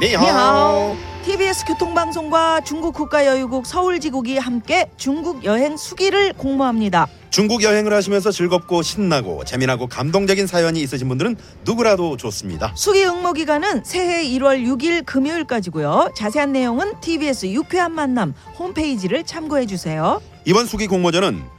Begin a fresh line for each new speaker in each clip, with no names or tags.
니하오.
TBS 교통방송과 중국 국가여유국 서울지국이 함께 중국 여행 수기를 공모합니다.
중국 여행을 하시면서 즐겁고 신나고 재미나고 감동적인 사연이 있으신 분들은 누구라도 좋습니다.
수기 응모 기간은 새해 1월 6일 금요일까지고요. 자세한 내용은 TBS 유쾌한 만남 홈페이지를 참고해 주세요.
이번 수기 공모전은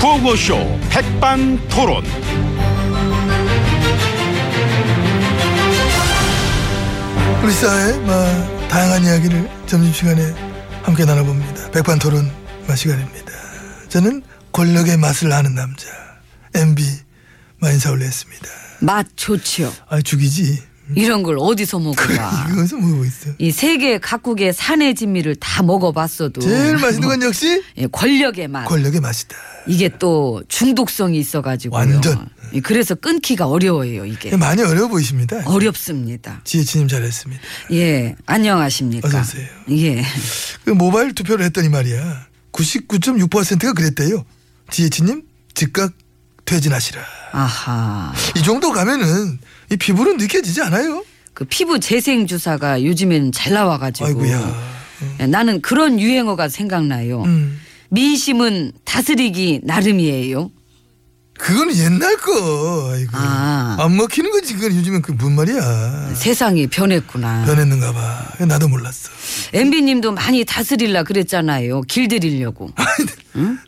구호쇼 백반토론.
우리 사회의 뭐, 다양한 이야기를 점심시간에 함께 나눠봅니다. 백반토론 마 시간입니다. 저는 권력의 맛을 아는 남자 MB 마 인사 올렸습니다.
맛 좋지요.
아 죽이지.
이런 걸 어디서 먹어봐.
이거서 뭐고 있어.
이 세계 각국의 산의 진미를 다 먹어봤어도
제일 맛있는 건 역시
예, 권력의 맛.
권력의 맛이다.
이게 또 중독성이 있어가지고
완전. 예,
그래서 끊기가 어려워요 이게.
많이 어려 보이십니다.
예. 어렵습니다.
지혜진님 잘했습니다.
예, 안녕하십니까.
어서 오세요.
예,
그 모바일 투표를 했더니 말이야. 99.6%가 그랬대요. 지혜진님 즉각 퇴진하시라.
아하.
이 정도 가면은 이 피부는 느껴지지 않아요?
그 피부 재생 주사가 요즘엔 잘 나와가지고.
아이고야.
예, 나는 그런 유행어가 생각나요.
음.
민심은 다스리기 나름이에요.
그건 옛날 거. 아이고.
아.
안 먹히는 거지. 그건 요즘엔 그 뭔 말이야.
세상이 변했구나.
변했는가 봐. 나도 몰랐어.
MB님도 많이 다스릴라 그랬잖아요. 길들이려고.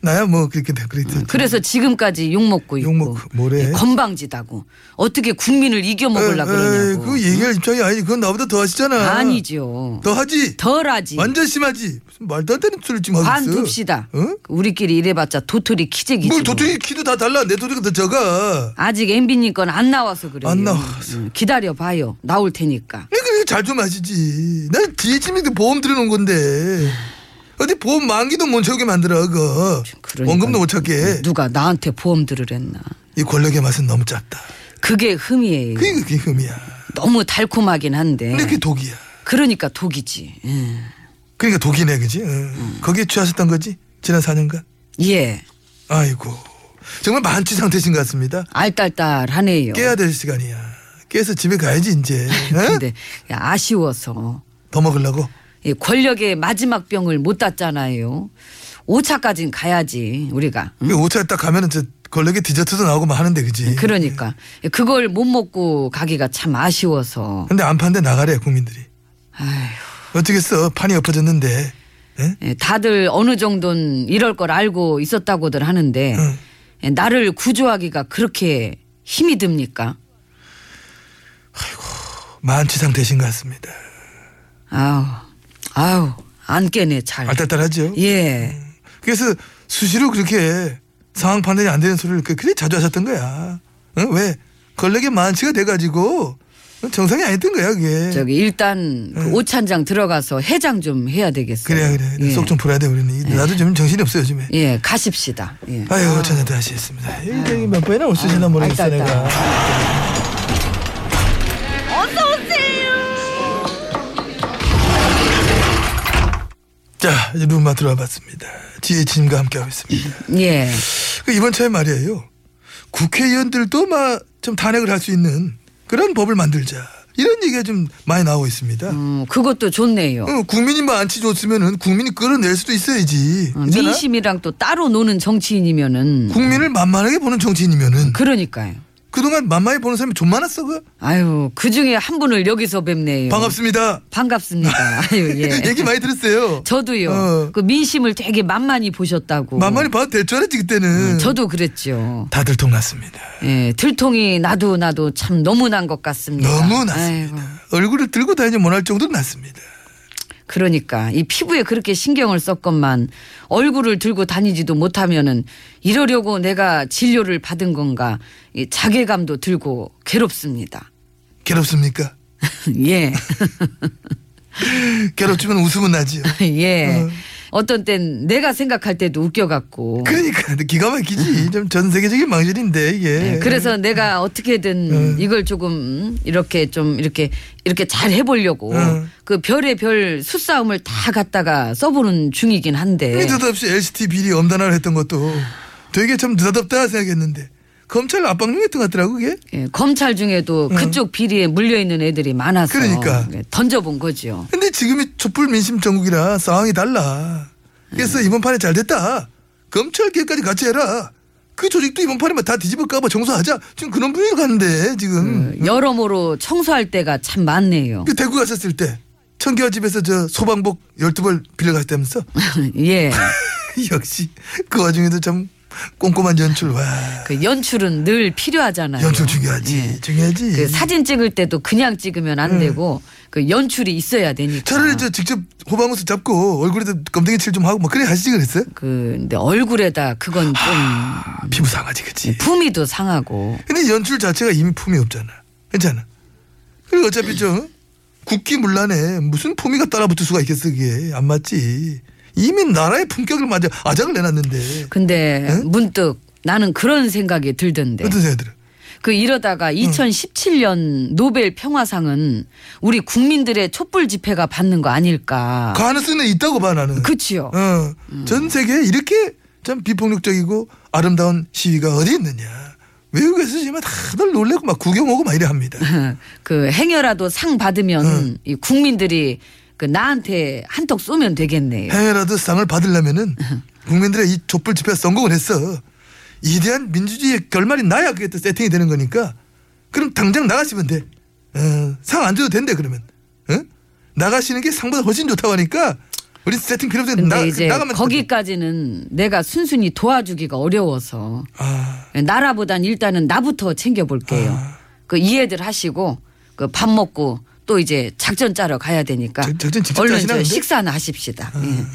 나야 뭐 그렇게 돼. 그랬지.
그래서 지금까지 욕 먹고 있고.
욕 먹고 뭐래?
예, 건방지다고. 어떻게 국민을 이겨
에이,
먹으려
에이,
뭐 그러냐고.
어, 그거 얘기할 입장이 아니지. 그건 나보다 더 하시잖아.
아니죠.
더 하지.
덜하지.
완전 심하지. 무슨 말도 안 되는 소리를 지금 하고 있어.
관둡시다.
어?
우리끼리 이래봤자 도토리 키재기지.
뭘
뭐.
도토리 키도 다 달라. 내 도토리가 더 적어.
아직 MB님 건 안 나와서 그래요.
안 나와서.
음, 기다려봐요. 나올 테니까.
네, 그래 잘좀 하시지. 난 지혜진이도 보험 들여놓은 건데. 어디 보험 만기도 못 채우게 만들어 그거.
그러니까
원금도 못 찾게.
누가 나한테 보험 들으랬나.
이 권력의 맛은 너무 짭다.
그게 흠이에요.
그게 그게 흠이야.
너무 달콤하긴 한데.
근데 그게 독이야.
그러니까 독이지. 예.
그러니까 독이네 그지? 응.
음.
거기에 취하셨던 거지? 지난 4년간?
예.
아이고 정말 만취 상태신 것 같습니다.
알딸딸하네요.
깨야 될 시간이야. 깨서 집에 가야지 이제. 응?
근데 아쉬워서
더 먹으려고?
이 권력의 마지막 병을 못 땄잖아요. 5차까진 가야지 우리가. 응?
그 5차에 딱 가면은 저 권력의 디저트도 나오고 막 하는데 그지?
음? 그러니까 그걸 못 먹고 가기가 참 아쉬워서.
근데 안 판데 나가래 국민들이.
아휴,
어떻겠어 판이 엎어졌는데. 예?
예, 다들 어느 정도는 이럴 걸 알고 있었다고들 하는데
응.
예, 나를 구조하기가 그렇게 힘이 듭니까?
만취 상태신 것 같습니다.
아우, 아우 안 깨네
아,
잘.
알딸딸하죠?
예.
그래서 수시로 그렇게 상황 판단이 안 되는 소리를 그- 그렇게 자주 하셨던 거야. 응? 왜? 권력의 만취가 돼가지고 정상이 아니었던 거야 그게.
저기 일단 그 오찬장 들어가서 해장 좀 해야 되겠어요.
네. 그래야 그래.
예.
네, 속 좀 풀어야 돼 우리는. 나도 좀 정신이 없어 요즘에.
예, 가십시다. 예.
아유 전혀 다시 했습니다. 인생이 몇 번이나 올수있나 모르겠어
아이고,
내가. 자 이제 룸마 들어와 봤습니다. 지혜진과 함께하고 있습니다.
예.
그 이번 차에 말이에요. 국회의원들도 막 좀 탄핵을 할 수 있는 그런 법을 만들자. 이런 얘기가 좀 많이 나오고 있습니다.
음, 그것도 좋네요.
어, 국민이 뭐 안 치줬으면은 국민이 끌어낼 수도 있어야지.
어,
있잖아?
민심이랑 또 따로 노는 정치인이면은
국민을 만만하게 보는 정치인이면은
그러니까요.
그동안 만만히 보는 사람이 좀 많았어 그.
아유, 그 중에 한 분을 여기서 뵙네요.
반갑습니다.
반갑습니다. 아유, 예.
얘기 많이 들었어요.
저도요.
어.
그 민심을 되게 만만히 보셨다고. 음,
만만히 네. 봐도 될 줄 알았지 그때는.
저도 그랬죠.
다들 통났습니다.
예, 들통이 나도 나도 참 너무 난 것 같습니다.
너무
아이고.
났습니다. 얼굴을 들고 다니지 못할 정도로 났습니다.
그러니까 이 피부에 그렇게 신경을 썼건만 얼굴을 들고 다니지도 못하면은 이러려고 내가 진료를 받은 건가 이 자괴감도 들고 괴롭습니다.
괴롭습니까?
예.
괴롭지만 웃음은 나지요.
예. 어떤 땐 내가 생각할 때도 웃겨갖고.
그러니까 기가 막히지. 좀 전 세계적인 망신인데 이게.
예, 그래서 내가 어떻게든 이걸 조금 이렇게 좀 이렇게 이렇게 잘 해보려고
음.
그 별의 별 수싸움을 다 갖다가 써보는 중이긴 한데
느닷없이 LCT 비리 엄단화를 했던 것도 되게 참 느닷없다 생각했는데 검찰 압박용했던 것 같더라고 그게.
예, 검찰 중에도 그쪽 비리에 물려 있는 애들이 많아서
음. 그러니까.
예, 던져본 거죠.
근데 지금이 촛불 민심 전국이라 상황이 달라.
음.
그래서 이번 판에 잘 됐다. 검찰 개까지 같이 해라. 그 조직도 이번 판에 다 뒤집어 까봐 정서하자. 지금 그런 분위기 가는데 지금.
그 여러모로 청소할 때가 참 많네요.
그 대구 갔었을 때 청계화 집에서 저 소방복 12벌 빌려갔다면서
예,
역시 그 와중에도 참 꼼꼼한 연출 와
그 연출은 늘 필요하잖아요.
연출 중요하지
네. 예.
중요하지
그 사진 찍을 때도 그냥 찍으면 안 되고 그 연출이 있어야 되니까.
차라리 음. 저 직접 호방울수 잡고 얼굴에다 검댕이 칠 좀 하고 뭐 그래 하시지 그랬어요?
그 근데 얼굴에다 그건 좀
아, 피부 상하지 그치
품위도 상하고
근데 연출 자체가 이미 품이 없잖아 괜찮아 그리고 어차피 저 국기 문란에 무슨 품위가 따라붙을 수가 있겠어 그게 안 맞지 이미 나라의 품격을 맞아 아작을 내놨는데
근데 문득 나는 그런 생각이 들던데
어떤 생각 들어?
그
음.
이러다가 2017년 노벨 평화상은 우리 국민들의 촛불 집회가 받는 거 아닐까
가능성은 그 있다고 봐 나는
그치요
어,
음.
전 세계에 이렇게 참 비폭력적이고 아름다운 시위가 어디 있느냐. 외국에서 지금 다들 놀래고 막 구경 오고 막 이래 합니다.
그 행여라도 상 받으면 이 국민들이 그 나한테 한턱 쏘면 되겠네요
해외라도 상을 받으려면은
음.
국민들의 이 촛불 집회 성공을 했어. 이대한 민주주의의 결말이 나야 그게 또 세팅이 되는 거니까. 그럼 당장 나가시면 돼. 어, 상 안 줘도 된대 그러면. 어? 나가시는 게 상보다 훨씬 좋다고 하니까 우리 세팅 필요 없는데
근데
나,
이제
나가면
거기까지는 내가 순순히 도와주기가 어려워서
아,
나라보단 일단은 나부터 챙겨볼게요. 그 이해들 하시고 그 밥 먹고 또 이제 작전 짜러 가야 되니까
작- 작전 직접 아.
얼른
짜시나
저
근데?
식사나 하십시다. 예.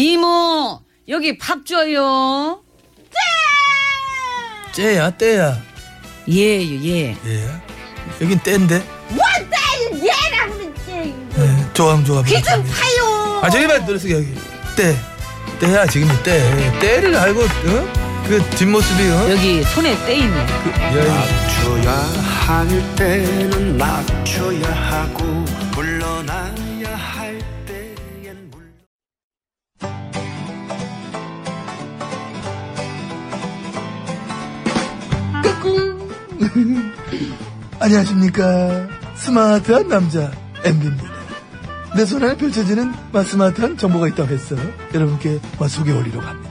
이모 여기 밥 줘요.
째야 떼야.
예 예.
예. 여긴 땐데.
뭐 얘랑 그랬지.
네, 조항 조합.
귀좀 파요.
아 저기만 들었어 여기. 때 때야 지금 때 때를 알고 어? 그 뒷모습이 어?
여기 손에 떼이네.
그, 야, 이-
낮춰야 할 때는 낮춰야 하고 물러나야 할 때엔 물러
안녕하십니까 스마트한 남자 MB입니다. 내 손안에 펼쳐지는 마 스마트한 정보가 있다고 해서 여러분께 마 소개 올리려고 합니다.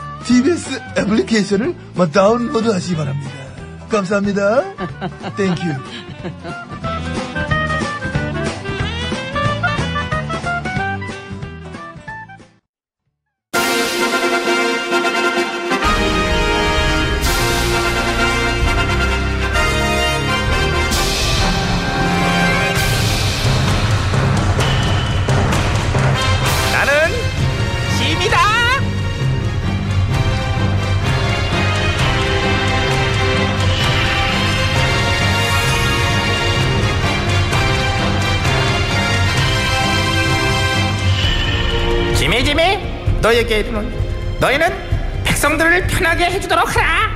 TBS 애플리케이션을 막 다운로드하시기 바랍니다. 감사합니다. 땡큐.
나는 짐이다. 짐이 짐이 너에게 이르는 너희는 백성들을 편하게 해주도록 하라.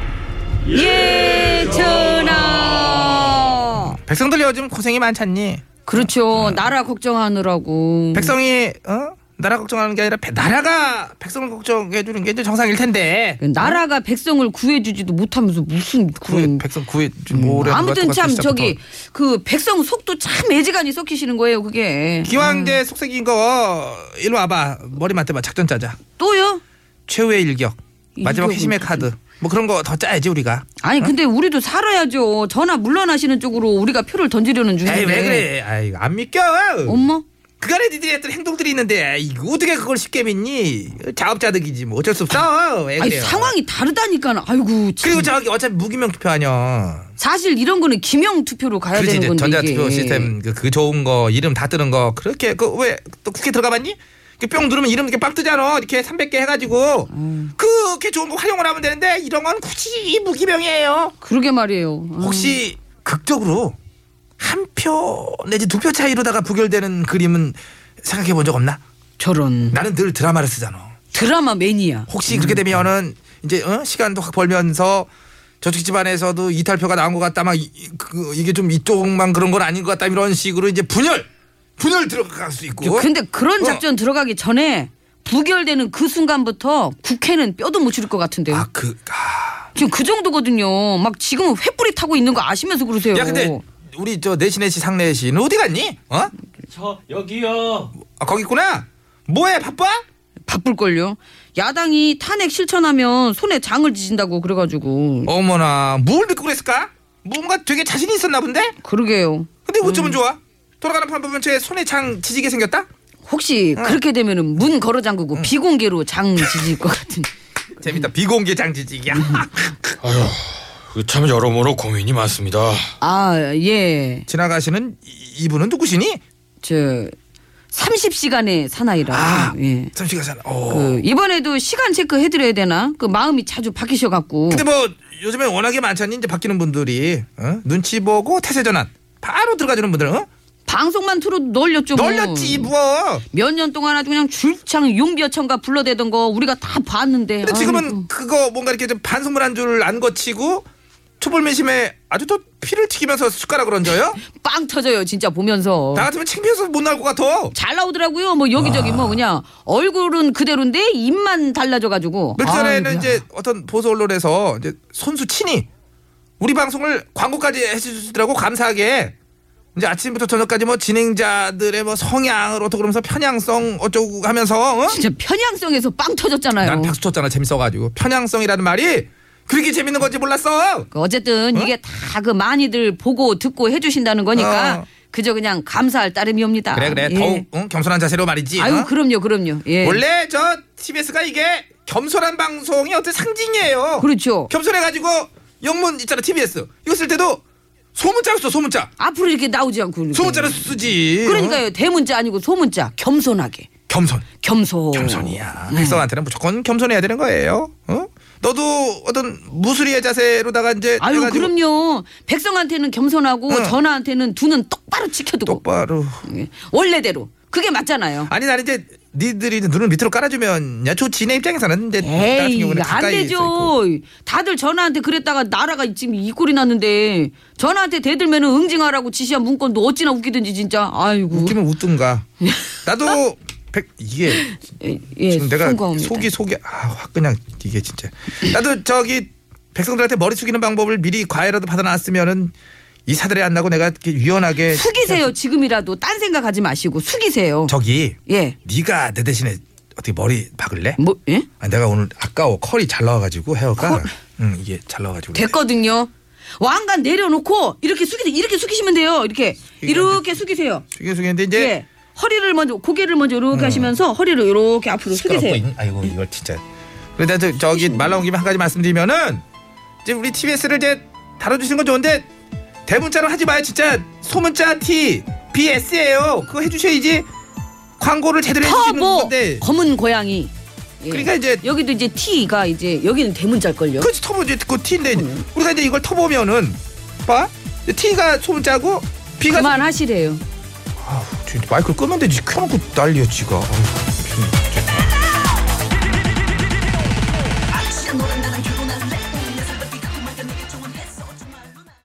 예, 전하.
백성들 요즘 고생이 많잖니.
그렇죠. 나라 걱정하느라고.
백성이 어
나라 걱정하는 게 아니라 배- 나라가 백성을 걱정해 주는 게 이제 정상일 텐데.
나라가 백성을 구해주지도 못하면서 무슨
구해
그런
백성 구해 뭐래.
음. 아무튼 참 저기 그 백성 속도 참 애지간히 썩히시는 거예요 그게
기왕제
음.
속색인 거 일로 와봐 머리 맞대봐 작전 짜자
또요?
최후의 일격 마지막
일격을
회심의
또-
카드 뭐 그런 거 더 짜야지 우리가.
아니 근데 우리도 살아야죠 전화 물러나시는 쪽으로 우리가 표를 던지려는 중인데
에이 왜 그래? 아이 안 믿겨.
네, 엄마?
그간에 니들이 했던 행동들이 있는데 이거 어떻게 그걸 쉽게 믿니? 자업자득이지 뭐 어쩔 수 없어. 왜
아니
그래요?
상황이 다르다니까 아이고 참.
그리고 저기 어차피 무기명 투표 아니야.
사실 이런 거는 김영 투표로 가야
그렇지
되는
이제
건데
전자투표
이게.
시스템 그, 그 좋은 거 이름 다 뜨는 거 그렇게 그 왜 또 국회 들어가봤니? 그 뿅 누르면 이름 이렇게 빡 뜨잖아. 이렇게 300개 해가지고
음.
그렇게 좋은 거 활용을 하면 되는데 이런 건 굳이 무기명이에요.
그러게 말이에요 아.
혹시 극적으로 한 표 내지 두 표 차이로다가 부결되는 그림은 생각해 본 적 없나?
저런
나는 늘 드라마를 쓰잖아.
드라마 매니아
혹시 그렇게 되면은 이제 어? 시간도 확 벌면서 저쪽 집안에서도 이탈표가 나온 것 같다 막 이, 그, 이게 좀 이쪽만 그런 건 아닌 것 같다 이런 식으로 이제 분열 분열 들어갈 수 있고
근데 그런 작전 들어가기 전에 부결되는 그 순간부터 국회는 뼈도 못 치를 것 같은데요
아그 아.
지금 그 정도거든요 막 지금은 횃불이 타고 있는 거 아시면서 그러세요
야 근데 우리 저 내신의 씨 상래 씨는 어디 갔니 어?
저 여기요.
아, 거기 있구나 뭐해 바빠?
바쁠걸요 야당이 탄핵 실천하면 손에 장을 지진다고 그래가지고
어머나 뭘 믿고 그랬을까? 뭔가 되게 자신이 있었나 본데?
그러게요
근데
음.
어쩌면 좋아 돌아가는 판 보면 제 손에 장 지지게 생겼다?
혹시 그렇게 되면은 문 걸어 잠그고 비공개로 장 지질 것 같은 음.
재밌다 비공개 장 지지기야
참 여러모로 고민이 많습니다.
아, 아예저
지나가시는 이- 이분은 누구시니?
30시간의 사나이라
아,
예.
삼시가 잘. 어.
그 이번에도 시간 체크 해드려야 되나? 그 마음이 자주 바뀌셔갖고
근데 뭐 요즘에 워낙에 많잖니 이제 바뀌는 분들이 어? 눈치 보고 태세 전환 바로 들어가주는 분들 어?
방송만 틀어도 널렸죠 뭐.
널렸지 부어.
몇 년 동안 아주 그냥 줄창 용비어천가 불러대던 거 우리가 다 봤는데
근데
아이고.
지금은 그거 뭔가 이렇게 좀 반성문 한 줄 안 거치고 초불매심에 아주 또 피를 튀기면서 숟가락을 얹어요.
빵 터져요 진짜 보면서
나 같으면 창피해서 못 나올 것 같아.
잘 나오더라고요 뭐
아.
여기저기 뭐 그냥 얼굴은 그대로인데 입만 달라져가지고
며칠 전에는
아이고야.
이제 어떤 보수 언론에서 이제 손수 친이 우리 방송을 광고까지 해주시더라고 감사하게 이제 아침부터 저녁까지 뭐 진행자들의 뭐 성향을 어떻게 그러면서 편향성 어쩌고 하면서 어?
진짜 편향성에서 빵 터졌잖아요
난 박수 쳤잖아 재밌어가지고 편향성이라는 말이 그렇게 재밌는 건지 몰랐어
그 어쨌든 이게 다 그 많이들 보고 듣고 해주신다는
어.
거니까 그저 그냥 감사할 따름이옵니다
그래 그래
예.
더욱 응? 겸손한 자세로 말이지
아유
어?
그럼요 그럼요 예.
원래 저 TBS가 이게 겸손한 방송이 어떤 상징이에요
그렇죠
겸손해가지고 영문 있잖아 TBS 이거 쓸 때도 소문자로 써 소문자
앞으로 이렇게 나오지 않고 이렇게.
소문자로 쓰지 어?
그러니까요 대문자 아니고 소문자 겸손하게
겸손.
겸손
겸손이야.
음.
백성한테는 무조건 겸손해야 되는 거예요. 어? 너도 어떤 무수리의 자세로다가 이제
아유
해가지고
그럼요 백성한테는 겸손하고
응.
전하한테는 두 눈 똑바로 치켜두고
똑바로.
예. 원래대로 그게 맞잖아요
아니 난 이제 니들이 이제 눈을 밑으로 깔아주면 야 좋지 내 입장에서는 이제 나 같은
에이
경우는
안
가까이 있어 있고.
되죠 다들 전하한테 그랬다가 나라가 지금 이 꼴이 났는데 전하한테 대들면 응징하라고 지시한 문건도 어찌나 웃기든지 진짜 아이고
웃기면 웃든가. 나도 백 이게
예, 예,
지금 내가
송구합니다.
속이 속이 아확 그냥 이게 진짜 나도 저기 백성들한테 머리 숙이는 방법을 미리 과외라도 받아놨으면은 이 사들이 안 나고 내가 이렇게 유연하게
숙이세요 지금이라도 딴 생각하지 마시고 숙이세요
저기
예.
네가 내 대신에 어떻게 머리 박을래?
뭐 예?
아, 내가 오늘 아까워 컬이 잘 나와가지고 헤어가 응 이게 잘 나와가지고
됐거든요. 왕관 내려놓고 이렇게 숙이 이렇게 숙이시면 돼요. 이렇게 이렇게 숙이세요.
숙여 숙였는데 이제 음.
예. 허리를 먼저 고개를 먼저 이렇게 하시면서 허리를 이렇게 앞으로 숙이세요.
있는- 아이고 이걸 진짜 그런데 저, 저기 말 나온 김에 한 가지 말씀드리면은 이제 우리 TBS를 이제 다뤄주시는 건 좋은데 대문자로 하지 마요 진짜 소문자 T B S예요 그거 해주셔야지 광고를 제대로 해주시는
터보
건데
검은 고양이. 예.
그러니까 이제
여기도 이제 T가 이제 여기는 대문자일걸요.
그렇지 터보 이제 그 T인데 이제 우리가 이제 이걸 터보면은 봐 T가 소문자고 B가
그만하시래요.
아, 저 마이크를 끄면 되지 켜놓고 난리야 지가 아유, 미치겠네.